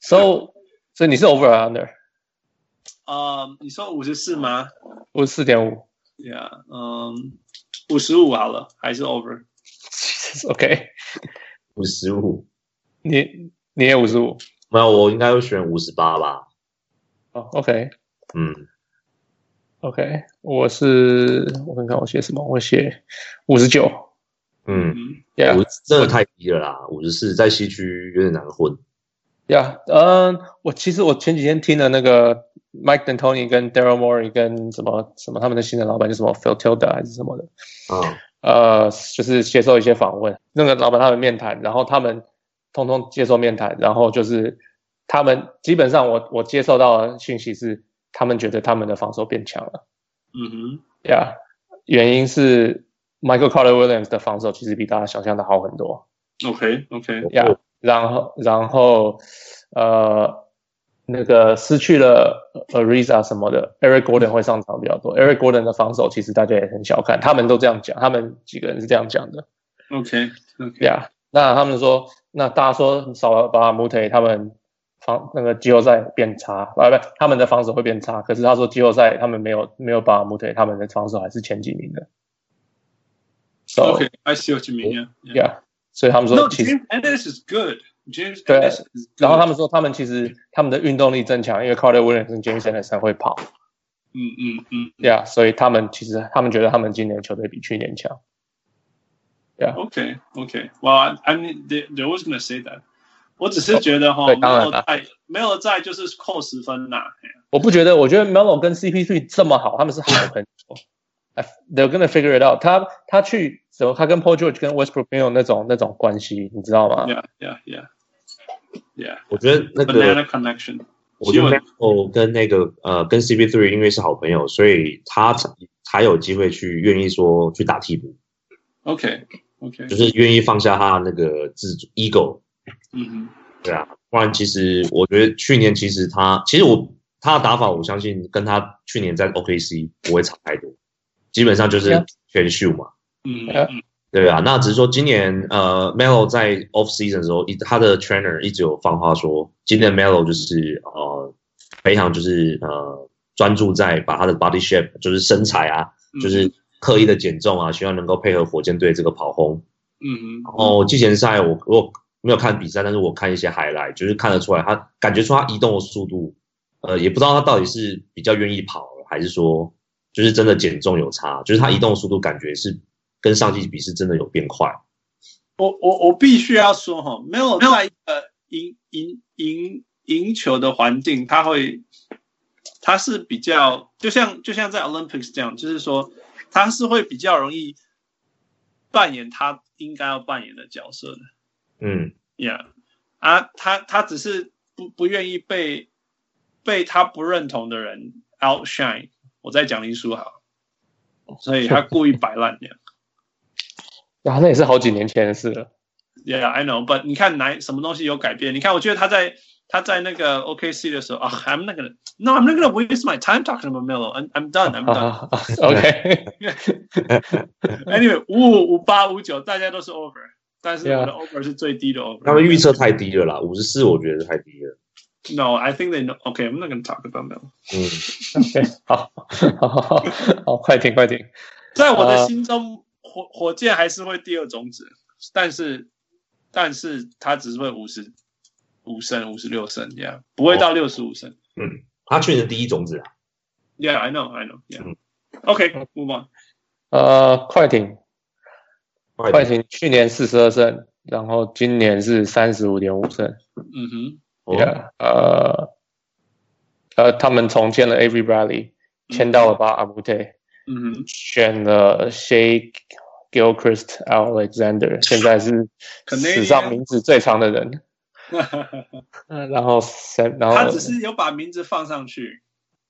Speaker 1: So，所以你是 over or under？
Speaker 2: 呃、你说五十四吗
Speaker 1: 我是四点五。
Speaker 2: ？Yeah，嗯，五十五好了，还是 over。
Speaker 1: OK，
Speaker 3: 五十五，
Speaker 1: 你你也五十五。
Speaker 3: 没有，我应该会选五十八吧。
Speaker 1: 哦，OK
Speaker 3: 嗯，
Speaker 1: OK，我是我看看我写什么，我写五十九。
Speaker 3: 嗯，
Speaker 2: 嗯，
Speaker 1: Yeah
Speaker 3: 五真的太低了啦，五十四在西区有点难混。
Speaker 1: Yeah，嗯、我其实我前几天听了那个 Mike D'Antoni 跟 Daryl Morey 跟什么什么他们的新的老板叫什么 Phil Tilda 还是什么的，
Speaker 3: 嗯
Speaker 1: 呃，就是接受一些访问，那个老板他们面谈，然后他们通通接受面谈，然后就是他们基本上我我接受到的讯息是，他们觉得他们的防守变强了
Speaker 2: 嗯哼，
Speaker 1: ，Yeah，原因是 Michael Carter Williams 的防守其实比大家想象的好很多
Speaker 2: OK OK，
Speaker 3: 嗯
Speaker 1: ，Yeah，然后然后呃那个失去了 Ariza 什么的，Eric Gordon 会上场比较多，Eric Gordon 的防守其实大家也很小看，他们都这样讲，他们几个人是这样讲的。
Speaker 2: OK OK，
Speaker 1: Yeah，那他们说，那大家说少了巴姆特，他们防那个季后赛变差，啊不，他们的防守会变差。可是他说季后赛他们没有没有巴姆特，他们的防守还是前几名的。So
Speaker 2: OK，I see what you mean. Yeah, yeah.
Speaker 1: yeah，所以他们说
Speaker 2: No,
Speaker 1: 其实，
Speaker 2: James Ennis is good. James
Speaker 1: 对
Speaker 2: Ennis is good.
Speaker 1: 然后他们说他们其实他们的运动力增强，因为 Carter Williams 跟 James Anderson 会跑
Speaker 2: 嗯嗯嗯
Speaker 1: ，Yeah，所以他们其实他们觉得他们今年球队比去年强。
Speaker 2: ，OK OK，well, I I mean they they was gonna say that，我只是觉得哈，
Speaker 1: 对
Speaker 2: 没
Speaker 1: 当然
Speaker 2: 有
Speaker 1: 啦
Speaker 2: 在没有在就是扣十分啦。
Speaker 1: 我不觉得，我觉得 Melo 跟 CP3 这么好，他们是好朋友。 哎 They're gonna figure it out 他。他去怎么？他跟 Paul George 跟 Westbrook 没有那种那种关系，你知道吗
Speaker 2: Yeah yeah yeah yeah
Speaker 3: 我觉得那个
Speaker 2: banana connection。
Speaker 3: 我觉得
Speaker 2: 新
Speaker 3: Melo 跟那个呃跟 CP3 因为是好朋友，所以他才才有机会去愿意说去打替补，
Speaker 2: OK OK，
Speaker 3: 就是愿意放下他那个自主 ego，
Speaker 2: 嗯哼
Speaker 3: 对啊，不然其实我觉得去年其实他其实我他的打法我相信跟他去年在 OKC 不会差太多，基本上就是
Speaker 1: Yeah
Speaker 3: 全秀嘛，
Speaker 2: 嗯
Speaker 1: 哎
Speaker 2: 嗯
Speaker 3: 对啊，那只是说今年呃，Melo 在 off season 的时候，一他的 trainer 一直有放话说，今年 Melo 就是呃非常就是呃专注在把他的 body shape 就是身材啊，
Speaker 2: 嗯，
Speaker 3: 就是刻意的减重啊，希望能够配合火箭队这个跑轰。
Speaker 2: 嗯
Speaker 1: Oh,
Speaker 3: 然后季前赛我我没有看比赛，但是我看一些 highlight，就是看得出来他感觉出他移动的速度，呃，也不知道他到底是比较愿意跑，还是说就是真的减重有差，就是他移动的速度感觉是跟上季比是真的有变快。
Speaker 2: 我我我必须要说哈，没有在一个赢赢赢赢球的环境，他会，他是比较就像就像在 Olympics 这样，就是说他是会比较容易扮演他应该要扮演的角色的
Speaker 3: 嗯
Speaker 2: ，Yeah，啊，他他只是不不愿意被被他不认同的人 outshine，我再奖励输好，所以他故意摆烂这样。
Speaker 1: 呀、啊那也是好几年前的事了。
Speaker 2: Yeah, I know, but 你看哪什么东西有改变？你看，我觉得他在他在那个 OKC 的时候啊、i m not gonna, no, I'm not gonna waste my time talking about Melo. I'm I'm done, I'm
Speaker 1: 哈
Speaker 3: Uh-huh.
Speaker 1: 哈哈
Speaker 2: done.
Speaker 1: OK，
Speaker 2: Anyway，五五五八五九，大家都是 over，但是我的 over 是最低的 over。
Speaker 3: 他们预测太低了啦，五十四我觉得太低了。
Speaker 2: No, I think they know. Okay, I'm not gonna talk about that.
Speaker 3: 嗯，
Speaker 1: 好， 好，好，好，好，快点，快点。
Speaker 2: 在我的心中，火火箭还是会第二种子，但是但是他只是会五十五胜、五十六胜这样，不会到六十五胜。
Speaker 3: 他去年的第一种子啊，
Speaker 2: Yeah, I know, I know. Yeah.
Speaker 3: 嗯
Speaker 2: Okay, move on.
Speaker 1: 呃，快艇，
Speaker 3: 快
Speaker 1: 快
Speaker 3: 点，
Speaker 1: 艇去年四十二胜，然后今年是三十五点五胜。
Speaker 2: 嗯哼，
Speaker 3: 哦
Speaker 1: Yeah，呃，呃，他们重建了 Avery Bradley，签到了巴阿姆特，
Speaker 2: 嗯 哼，
Speaker 1: 选了 Shea Gilchrist Alexander，现在是
Speaker 2: Canadian
Speaker 1: 史上名字最长的人。嗯，然后 Sam，然后
Speaker 2: 他只是有把名字放上去，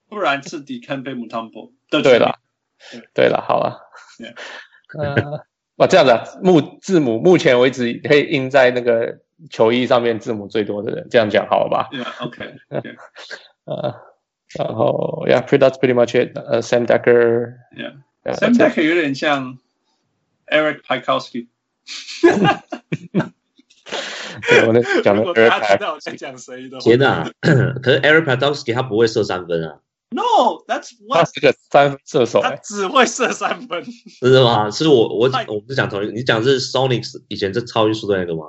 Speaker 2: 不然是抵抗贝姆汤博。
Speaker 1: 对了，
Speaker 2: 对
Speaker 1: 对了，好了
Speaker 2: Yeah，
Speaker 1: 呃，哇，这样子、啊，目字母目前为止可以印在那个球衣上面字母最多的人，这样讲好了吧？
Speaker 2: Yeah, okay.
Speaker 1: 呃，然后 Yeah，that's pretty much it。呃，Sam Decker。呃
Speaker 2: Yeah.
Speaker 1: Yeah,
Speaker 2: Sam
Speaker 1: that's it.
Speaker 2: Decker 有点像 Eric Pikowski。
Speaker 1: 对我那时候讲的
Speaker 2: 如果大
Speaker 1: Eric
Speaker 2: 家知
Speaker 1: Pack。
Speaker 2: 道我在讲谁的话
Speaker 3: 天哪！可是 Eric Padowski 他不会射三分啊，
Speaker 2: ，No, that's
Speaker 1: 他
Speaker 2: what
Speaker 1: 是个三分射手、
Speaker 2: 他
Speaker 1: 欸，
Speaker 2: 只会射三分。
Speaker 3: 真的吗？是我我
Speaker 2: 快
Speaker 3: 我不是讲同一个，你讲是 Sonics 以前在超音速的那个吗？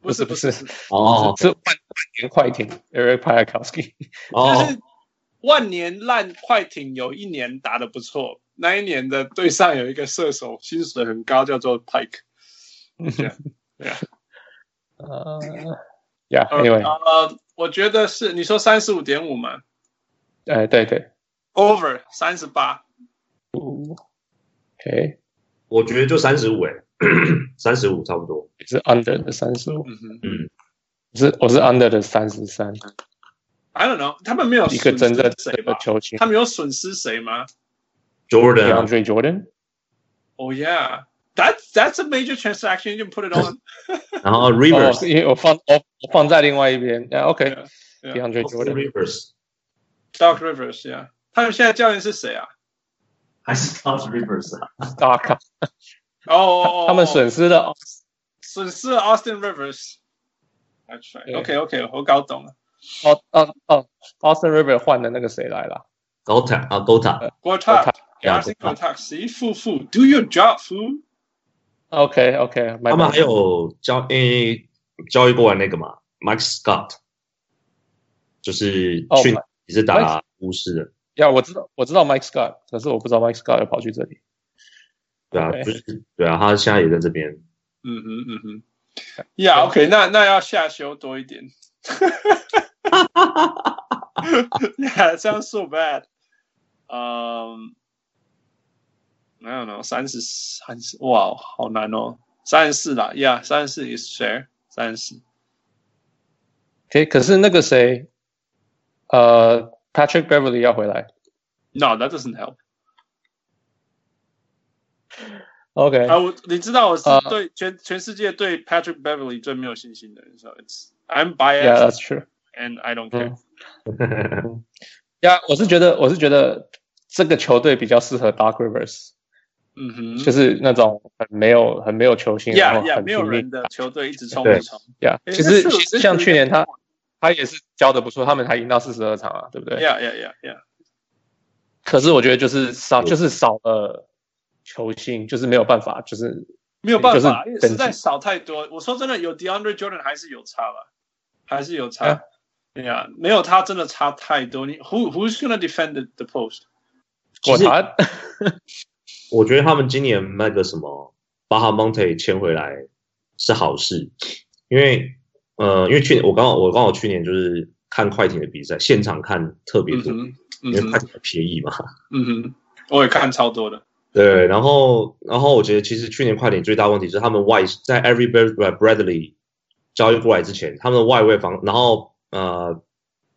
Speaker 2: 不是不
Speaker 1: 不
Speaker 2: 是
Speaker 1: 是，
Speaker 3: 哦
Speaker 1: 是是万万年快艇 Eric Pakowski。
Speaker 2: 就
Speaker 3: 哦
Speaker 2: 是万年烂快艇有一年打得不错，那一年的队上有一个射手，薪水很高，叫做 Pike。
Speaker 1: 呃，Yeah，Anyway，
Speaker 2: 呃，我觉得是你说三十五点五嘛
Speaker 1: 呃，对对
Speaker 2: ，over 三十八。
Speaker 1: ，OK，
Speaker 3: 我觉得就三十五哎，三十五差不多。
Speaker 1: 是 Under 的三十五，
Speaker 2: 嗯哼
Speaker 3: 嗯，
Speaker 1: 是我是 Under 的三十三，
Speaker 2: ，I don't know，他们没有
Speaker 1: 一个
Speaker 2: 损失
Speaker 1: 真正
Speaker 2: 谁
Speaker 1: 的
Speaker 2: 吧？
Speaker 1: 球星
Speaker 2: 他们有损失谁吗
Speaker 3: Jordan 啊
Speaker 1: DeAndre Jordan。
Speaker 2: ？Oh yeah。That's that's a major transaction. You can put it on.
Speaker 3: 然后
Speaker 1: 哦，
Speaker 3: Rivers，
Speaker 1: 是因为我放我我放在另外一边。啊 OK，DeAndre
Speaker 2: Yeah, yeah.
Speaker 3: Oh，
Speaker 1: Jordan，
Speaker 3: Rivers
Speaker 2: Doc Rivers, yeah. 他们现在教练是谁啊？
Speaker 3: 还是 t o s Rivers Oh 啊？
Speaker 1: 啊靠，
Speaker 2: 哦哦哦，哦
Speaker 1: 他们损失了
Speaker 2: oh, 损失了 Austin Rivers。That's right.
Speaker 1: 对
Speaker 2: OK OK，我搞懂了。
Speaker 1: 哦哦哦，Austin River 换的那个谁来了？
Speaker 3: 高塔啊，高塔，
Speaker 2: 国泰
Speaker 3: Yeah,
Speaker 2: ，Austin 国泰，谁付付？Do your job, fool.
Speaker 1: OK OK，
Speaker 3: 他啊们还有交诶交易过来那个嘛，Mike Scott，就是
Speaker 1: 哦
Speaker 3: 去年也是
Speaker 1: Mike-
Speaker 3: 打巫师的，
Speaker 1: 呀，我知道我知道 Mike Scott，可是我不知道 Mike Scott 要跑去这里。
Speaker 3: 对啊，
Speaker 1: 对
Speaker 3: 就是对啊，他现在也在这边。
Speaker 2: 嗯哼嗯哼。Yeah, OK，那那要下修多一点。yeah, it sounds so bad. Um, I don't know，三十三十，哇，好难哦，三十四啦，Yeah，三十四 is fair，三十四。
Speaker 1: OK，可是那个谁，呃，Patrick Beverly 要回来。
Speaker 2: No, that doesn't help.
Speaker 1: OK，
Speaker 2: 啊，我你知道我是
Speaker 1: 呃
Speaker 2: 对全全世界对 Patrick Beverly 最没有信心的人，so it's I'm biased
Speaker 1: Yeah，that's true。
Speaker 2: and I don't
Speaker 1: 嗯
Speaker 2: care。
Speaker 1: 呀，我是觉得我是觉得这个球队比较适合 Dark Rivers，
Speaker 2: 嗯
Speaker 1: Mm-hmm.
Speaker 2: 哼
Speaker 1: 就是那种很没有很没有球星，然
Speaker 2: Mm-hmm. ，Yeah
Speaker 1: 后
Speaker 2: Yeah，
Speaker 1: 很
Speaker 2: 没有
Speaker 1: 拼命
Speaker 2: 人的球队一直冲
Speaker 3: 对
Speaker 2: 一直冲。
Speaker 1: 呀，
Speaker 2: 诶
Speaker 1: 其
Speaker 2: 这
Speaker 1: 实
Speaker 2: 是
Speaker 1: 其
Speaker 2: 这
Speaker 1: 实
Speaker 2: 是
Speaker 1: 像去年
Speaker 2: 一个
Speaker 1: 他他也是教的不错，他们还赢到四十二场啊，对不对？
Speaker 2: Yeah Yeah Yeah Yeah，
Speaker 1: 可是我觉得就是少
Speaker 3: 对
Speaker 1: 就是少了球星，就是没有办法，就是
Speaker 2: 没有办法，
Speaker 1: 就是
Speaker 2: 因为
Speaker 1: 等级
Speaker 2: 实在少太多。我说真的，有 DeAndre Jordan 还是有差吧，还是有差
Speaker 3: 哎
Speaker 1: 啊。
Speaker 2: 对呀，没有他真的差太多。你 Who Who's gonna defend the the post？
Speaker 1: 果
Speaker 3: 其实
Speaker 1: 然
Speaker 3: 我觉得他们今年那个什么巴哈蒙特签回来是好事，因为呃，因为去年我刚好我刚好去年就是看快艇的比赛，现场看特别
Speaker 2: 嗯
Speaker 3: 多，
Speaker 2: 哼嗯
Speaker 3: 因为快
Speaker 2: 哼
Speaker 3: 艇很便宜嘛。
Speaker 2: 嗯哼，我也看超多的。
Speaker 3: 对，然后然后我觉得其实去年快艇最大问题是他们外在 Every 呃 Bradley 交易过来之前，他们的外卫防，然后呃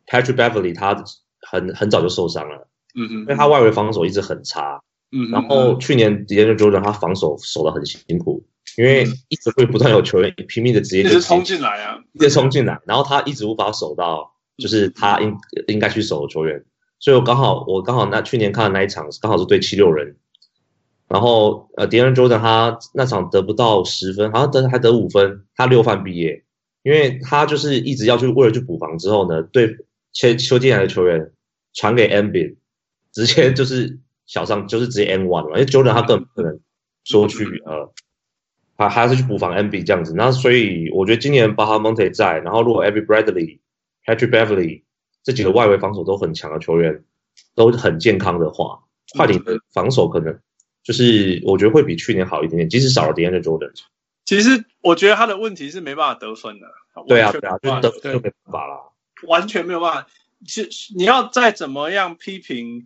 Speaker 3: Patrick Beverly 他很很早就受伤了，
Speaker 2: 嗯哼，
Speaker 3: 因为他外围防守一直很差。
Speaker 2: 嗯哼，
Speaker 3: 然后去年 d a n i e Jordan 他防守守得很辛苦，因为一直会不断有球员拼命的直接
Speaker 2: 嗯一
Speaker 3: 就
Speaker 2: 直冲进来啊，
Speaker 3: 一直冲进来，然后他一直无法守到，就是他应应该去守的球员。所以我刚好我刚好那去年看的那一场刚好是对七六人，然后呃 d a n i e Jordan 他那场得不到十分，好像得还得五分，他六犯毕业，因为他就是一直要去为了去补防之后呢，对切球进来的球员传给 a m b i n 直接就是小上就是直接 N one 了，因为 Jordan 他根本不可能说去呃，还还是去补防 N B 这样子。那所以我觉得今年巴哈蒙特在，然后如果 Every Bradley、Patrick Beverly 这几个外围防守都很强的球员都很健康的话，快艇的防守可能就是我觉得会比去年好一点点，即使少了 d a n i e Jordan。
Speaker 2: 其实我觉得他的问题是没办法得分的，
Speaker 3: 对啊，
Speaker 2: 完全
Speaker 3: 对啊，
Speaker 2: 没办
Speaker 3: 就
Speaker 2: 法
Speaker 3: 是得
Speaker 2: 对
Speaker 3: 就没办法啦。
Speaker 2: 完全没有办法。是你要再怎么样批评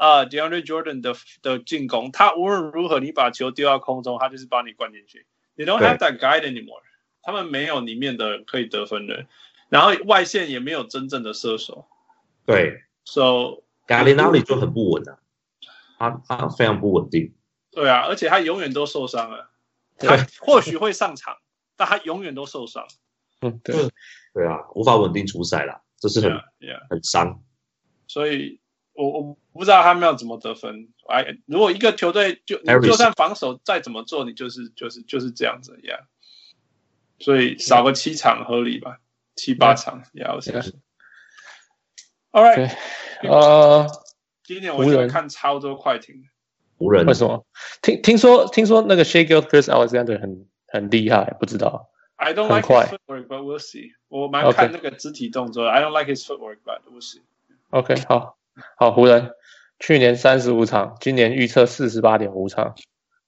Speaker 2: 呃 DeAndre Jordan 的的进攻，他无论如何你把球丢到空中，他就是把你灌进去。You don't
Speaker 3: 对
Speaker 2: have that guy anymore。他们没有里面的人可以得分的，然后外线也没有真正的射手。
Speaker 3: 对
Speaker 2: So
Speaker 3: g a l i n a r i 就很不稳啊，他他非常不稳定。
Speaker 2: 对啊，而且他永远都受伤了。
Speaker 1: 对
Speaker 2: 他或许会上场，但他永远都受伤。
Speaker 1: 嗯，对，
Speaker 3: 对啊，无法稳定出赛啦，这是很
Speaker 2: Yeah, yeah.
Speaker 3: 很伤。
Speaker 2: 所以我我不知道他们要怎么得分。哎，如果一个球队就你
Speaker 3: Harris
Speaker 2: 就算防守再怎么做，你就是就是就是这样子呀。Yeah. 所以少个七场合理吧，七八场也要相信。All right，
Speaker 1: 对呃，
Speaker 2: 今年我
Speaker 1: 湖
Speaker 2: 就
Speaker 1: 人
Speaker 2: 看超多快艇。
Speaker 3: 湖人
Speaker 1: 为什么？听听说听说那个 Shea Gilchrist Alexander 很很厉害，不知道。
Speaker 2: I don't
Speaker 1: 很
Speaker 2: like his
Speaker 1: 快
Speaker 2: footwork, but we'll see. 我蛮看那个肢体动作的。I don't like his footwork, but we'll see.
Speaker 1: OK，好，好，湖人去年三十五场，今年预测四十八点五场。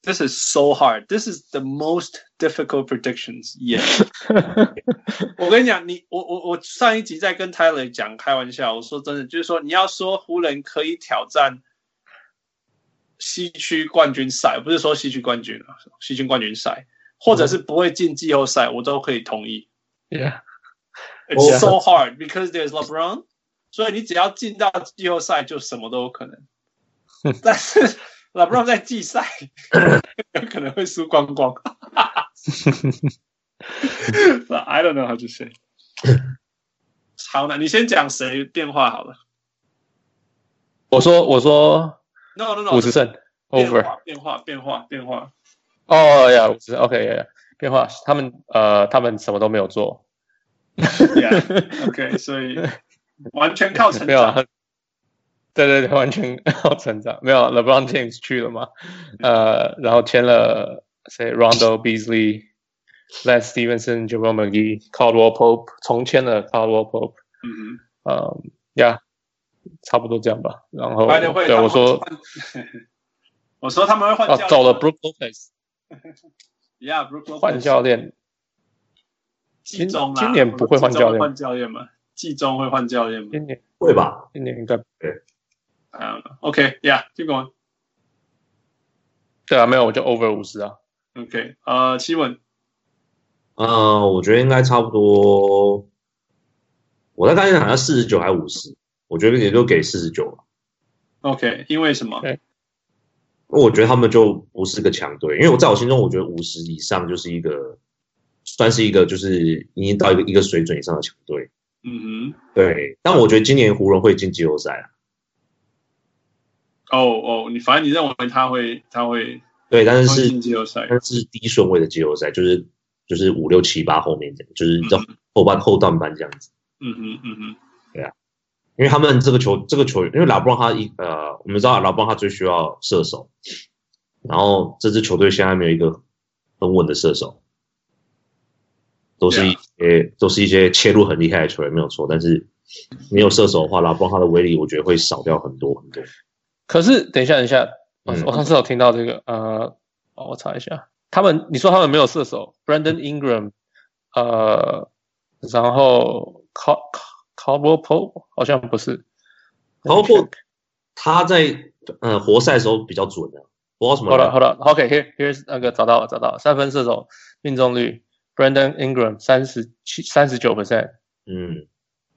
Speaker 2: This is so hard. This is the most difficult predictions yet. 我跟你讲，你我我我上一集在跟 Tyler 讲开玩笑，我说真的，就是说你要说湖人可以挑战西区冠军赛，不是说西区冠军啊，西区冠军赛，或者是不会进季后赛，我都可以同意。
Speaker 1: yeah，
Speaker 2: It's so hard because there's LeBron，所以你只要进到季后赛就什么都有 可能。但是 LeBron 在季赛 有可能会输光 光。But I don't know how to say。好难，你先讲谁电话好了。
Speaker 1: 我说我说
Speaker 2: No no no，
Speaker 1: 五十胜
Speaker 2: 变
Speaker 1: over。
Speaker 2: 化变化变化变化。
Speaker 1: 哦呀，五十 OK，yeah, yeah 变化他们呃他们什么都没有做。
Speaker 2: Yeah, OK，所以 完全靠成
Speaker 1: 没有啊
Speaker 2: 长。，
Speaker 1: 对对对，完全要成长。 没有啊，LeBron James 去了嘛，呃，然后签了谁？Rondo Beasley、Lance Stevenson、Jerome McGee、Caldwell Pope，重签了 Caldwell Pope。
Speaker 2: 嗯哼。
Speaker 1: 嗯，呀，差不多这样吧。然后
Speaker 2: 白人会
Speaker 1: 对我说，，
Speaker 2: 我说他们会换
Speaker 1: 啊
Speaker 2: 教，练
Speaker 1: 走了 Brook Lopez
Speaker 2: ，Yeah，如果
Speaker 1: 换教练，
Speaker 2: 季中啦，
Speaker 1: 今今年不会换教练
Speaker 2: 季中换教练吗？季中会换教练吗
Speaker 1: 今年
Speaker 3: 会吧？
Speaker 1: 今年应该
Speaker 2: ？I don't know. OK, yeah, keep going.
Speaker 1: 对啊，没有我就 over 五十啊。
Speaker 2: OK，呃，奇文，
Speaker 3: 呃，我觉得应该差不多。我在刚才好像四十九还五十，我觉得也就给四十九了。
Speaker 2: OK，因为什么？
Speaker 1: 对
Speaker 3: 因为我觉得他们就不是个强队，因为我在我心中，我觉得五十以上就是一个，算是一个就是已经到一个一个水准以上的强队。
Speaker 2: 嗯
Speaker 3: 对，但我觉得今年湖人会进季后赛啊。
Speaker 2: 哼，哦哦，你反正你认为他会，他会，
Speaker 3: 对，但
Speaker 2: 他
Speaker 3: 是
Speaker 2: 会
Speaker 3: 是
Speaker 2: 进季后赛。
Speaker 3: 但是第一顺位的季后赛，就是就是五六七八后面这样，就是这种后半后段班这样子。
Speaker 2: 嗯哼，嗯
Speaker 3: 因为他们这个球这个球员，因为拉布朗他一呃，我们知道拉布朗他最需要射手，然后这支球队现在没有一个很稳的射手，都是一些都是一些切入很厉害的球员，没有错。但是没有射手的话，拉布朗他的威力我觉得会少掉很多很多。
Speaker 1: 可是等一下，等一下，我
Speaker 3: 嗯
Speaker 1: 我上次有听到这个，呃，哦我查一下，他们你说他们没有射手，Brandon Ingram，呃，然后 Cal Calvo Pope 好像不是
Speaker 3: Caldwell Pope 他在呃活塞的时候比较准的、啊不知道什么
Speaker 1: 好了
Speaker 3: 人。
Speaker 1: 好了，OK here here's 那个找到了找到了，三分射手命中率，Brandon Ingram 三十七三十九 percent。
Speaker 3: 嗯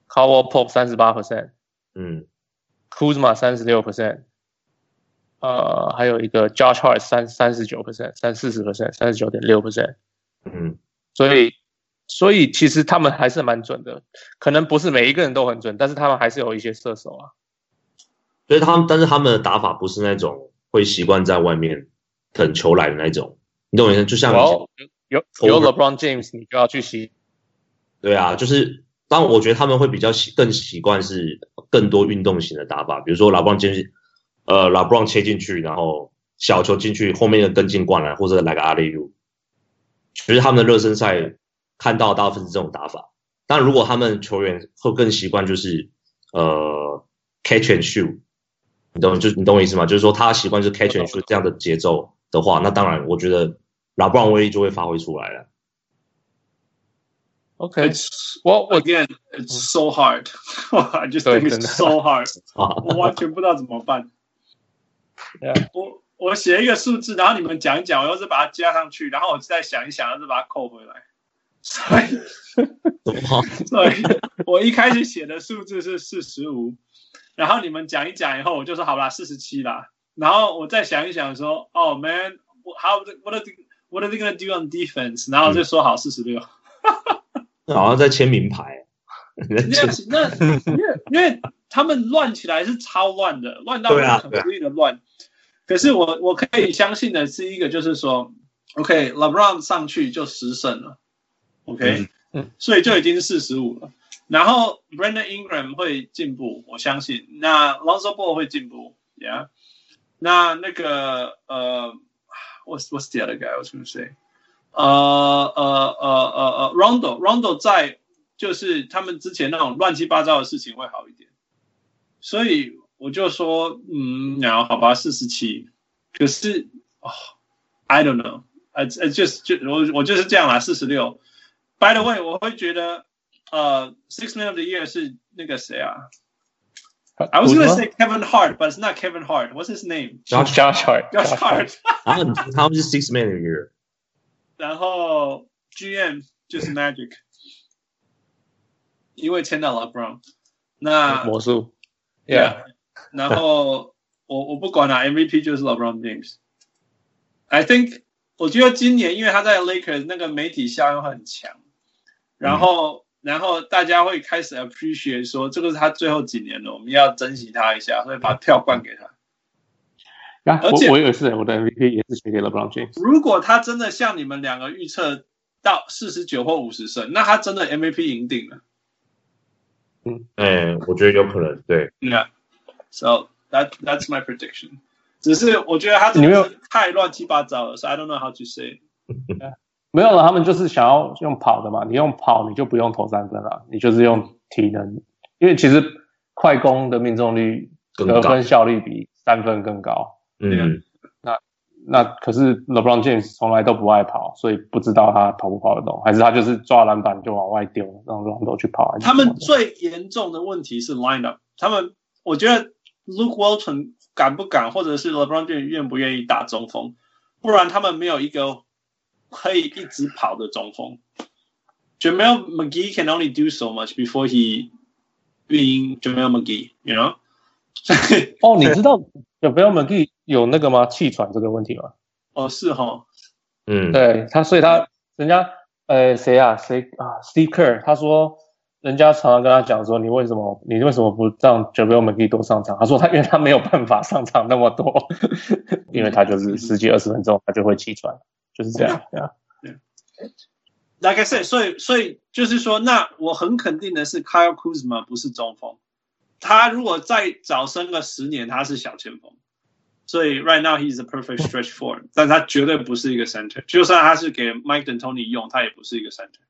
Speaker 1: Cowell Pope 三十八 percent，
Speaker 3: 嗯，
Speaker 1: Kuzma 三十六 percent，呃，还有一个 Josh Hart 三三十九 percent，三四十 percent，三十九点六 percent，
Speaker 3: 嗯，
Speaker 1: 所以所以其实他们还是蛮准的，可能不是每一个人都很准，但是他们还是有一些射手啊。
Speaker 3: 所以他们但是他们的打法不是那种会习惯在外面等球来的那种，你懂我意思？就像以
Speaker 1: 哇
Speaker 3: 前
Speaker 1: 哦，有有
Speaker 3: Over
Speaker 1: LeBron James，你就要去洗
Speaker 3: 对啊，就是当我觉得他们会比较习更习惯是更多运动型的打法，比如说拉布朗进去，呃，拉布朗切进去，然后小球进去，后面的跟进灌篮或者来个阿里路，就是他们的热身赛看到大部分是这种打法。但如果他们球员会更习惯就是呃 catch and shoot，你懂就你懂我意思吗？就是说他习惯就是 catch and shoot 这样的节奏的话，那当然我觉得拉布朗威力就会发挥出来了。
Speaker 1: OK，
Speaker 2: It's
Speaker 1: 我我
Speaker 2: again, it's so hard. I just think
Speaker 1: 对，真的。
Speaker 2: it's so hard.
Speaker 3: 啊，
Speaker 2: 我完全不知道怎么办。
Speaker 1: Yeah.
Speaker 2: 我我写一个数字，然后你们讲一讲，我要是把它加上去，然后我再想一想，要是把它扣回来。所以，
Speaker 3: 懂吗？
Speaker 2: 所以我一开始写的数字是四十五，然后你们讲一讲以后，我就说好啦，四十七啦。然后我再想一想说，哦、man，how what are they what are they gonna do on defense？然后我就说好四十六。
Speaker 3: 好像在签名 牌。
Speaker 2: 那那因为因为他们乱起来是超乱的，乱到
Speaker 3: 对啊
Speaker 2: 很
Speaker 3: 对啊
Speaker 2: 故意的乱。可是我我可以相信的是一个，就是说，OK，LeBron、上去就十胜了，OK，、
Speaker 1: 嗯嗯
Speaker 2: 所以就已经四十五了。然后 Brandon Ingram 会进步，我相信。那 Lonzo Ball 会进步，Yeah。那那个呃，What's What's the other guy I was going to say？呃呃呃呃呃，Rondo Rondo 在就是他们之前那种乱七八糟的事情会好一点。所以我就说，嗯，然后好吧，四十七。可是哦，I don't know，呃呃，就是就我我就是这样啦，四十六。By the way，我会觉得，呃，Six Man of the Year 是那个谁啊？I was gonna say Kevin Hart，but it's not Kevin Hart. What's his name?
Speaker 1: Josh Hart，
Speaker 2: Josh Hart。
Speaker 3: 然后他们是 Six Man of the Year，
Speaker 2: 然后 GM 就是 Magic，因为签到了 Brown。那
Speaker 1: 魔术
Speaker 2: Yeah，然后我我不管了、m v p 就是 LeBron James。I think 我觉得今年因为他在 Lakers 那个媒体效应会很强，然
Speaker 1: 嗯
Speaker 2: 后、然后大家会开始 appreciate 说这个是他最后几年了，我们要珍惜他一下，所以把票灌给他。
Speaker 1: 呀，
Speaker 2: 而且
Speaker 1: 啊我我也是，我的 MVP 也是写给 LeBron James。
Speaker 2: 如果他真的像你们两个预测到四十九或五十胜，那他真的 MVP 赢定了。
Speaker 3: 哎，我觉得有可能，对，
Speaker 2: Yeah. So that that's my prediction. 只是我觉得他
Speaker 1: 你没有
Speaker 2: 真的是太乱七八糟了，so I don't know how to say. it.
Speaker 1: 没有了，他们就是想要用跑的嘛，你用跑你就不用投三分了，你就是用体能，因为其实快攻的命中率
Speaker 3: 更
Speaker 1: 得
Speaker 3: 高
Speaker 1: 分。效率比三分更高。
Speaker 3: 嗯，
Speaker 1: 那可是 LeBron James 从来都不爱跑，所以不知道他跑不跑得动，还是他就是抓篮板就往外丢，让 Rondo 去跑。还是
Speaker 2: 他
Speaker 1: 什
Speaker 2: 们
Speaker 1: 么的
Speaker 2: 最严重的问题是 lineup，他们我觉得 Luke Walton 敢不敢，或者是 LeBron James 愿不愿意打中锋，不然他们没有一个可以一直跑的中锋。Jamal McGee can only do so much before he being Jamal McGee，you know 。
Speaker 1: 哦，你知道有 b e l m c g e 有那个吗？气喘这个问题吗？
Speaker 2: 哦，是哈。
Speaker 3: 嗯，
Speaker 1: 对他，所以他人家呃谁啊谁啊 Steve Kerr 他说，人家常常跟他讲说，你为什么你为什么不让 j a v a l McGee 多上场？他说他因为他没有办法上场那么多， 因为他就是十几二十分钟他就会气喘，就是这样。对啊
Speaker 2: like I said，所以所以就是说，那我很肯定的是，Kyle Kuzma 不是中锋，他如果再早生个十年，他是小前锋。所以 right now he's a perfect stretch four，但他绝对不是一个 center，就算他是给 Mike D'Antoni 用，他也不是一个 center。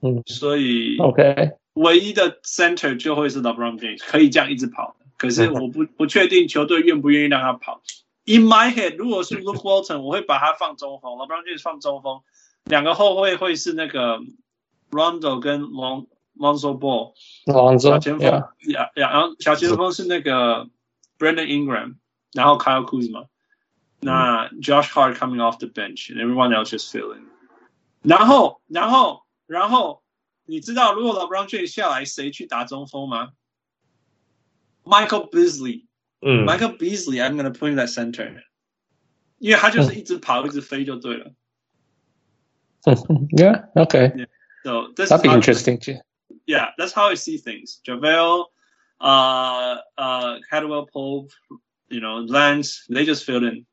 Speaker 1: 嗯
Speaker 2: 所以
Speaker 1: OK，
Speaker 2: 唯一的 center 就会是 LeBron James，可以这样一直跑的。可是我不不确定球队愿不愿意让他跑。In my head，如果是 Luke Walton，我会把他放中锋，LeBron James 放中锋，两个后卫会是那个 Rondo 跟 Lon Lonzo Ball，
Speaker 1: 王
Speaker 2: 小
Speaker 1: 总，
Speaker 2: 前锋
Speaker 1: yeah，
Speaker 2: 呀呀，然后小前锋是那个 Brandon Ingram，然后 Kyle Kuzma，那 Josh Hart coming off the bench，and everyone else just filling。然后，然后，然后，你知道如果 LeBron James 下来，谁去打中锋吗 Michael Beasley。
Speaker 3: 嗯
Speaker 2: Michael Beasley, I'm gonna put him at center，因为他就是一直跑，一直飞就对了。
Speaker 1: Yeah, okay.
Speaker 2: So this
Speaker 1: That'd be
Speaker 2: is how-
Speaker 1: interesting. too.
Speaker 2: yeah, that's how I see things. JaVale, uh, uh, Cadwell Pope, you know, Lance, they just filled in.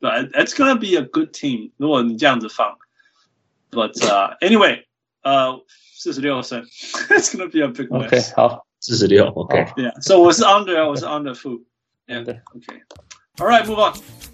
Speaker 2: But it's gonna be a good team. 如果你这样子放 But uh, anyway, uh, 46胜 it's gonna be a big win.
Speaker 1: OK，好
Speaker 3: 四十六，OK。
Speaker 2: Yeah. So 我是 under，我是 under food. Yeah.
Speaker 1: Under.
Speaker 2: Okay. All right, move on.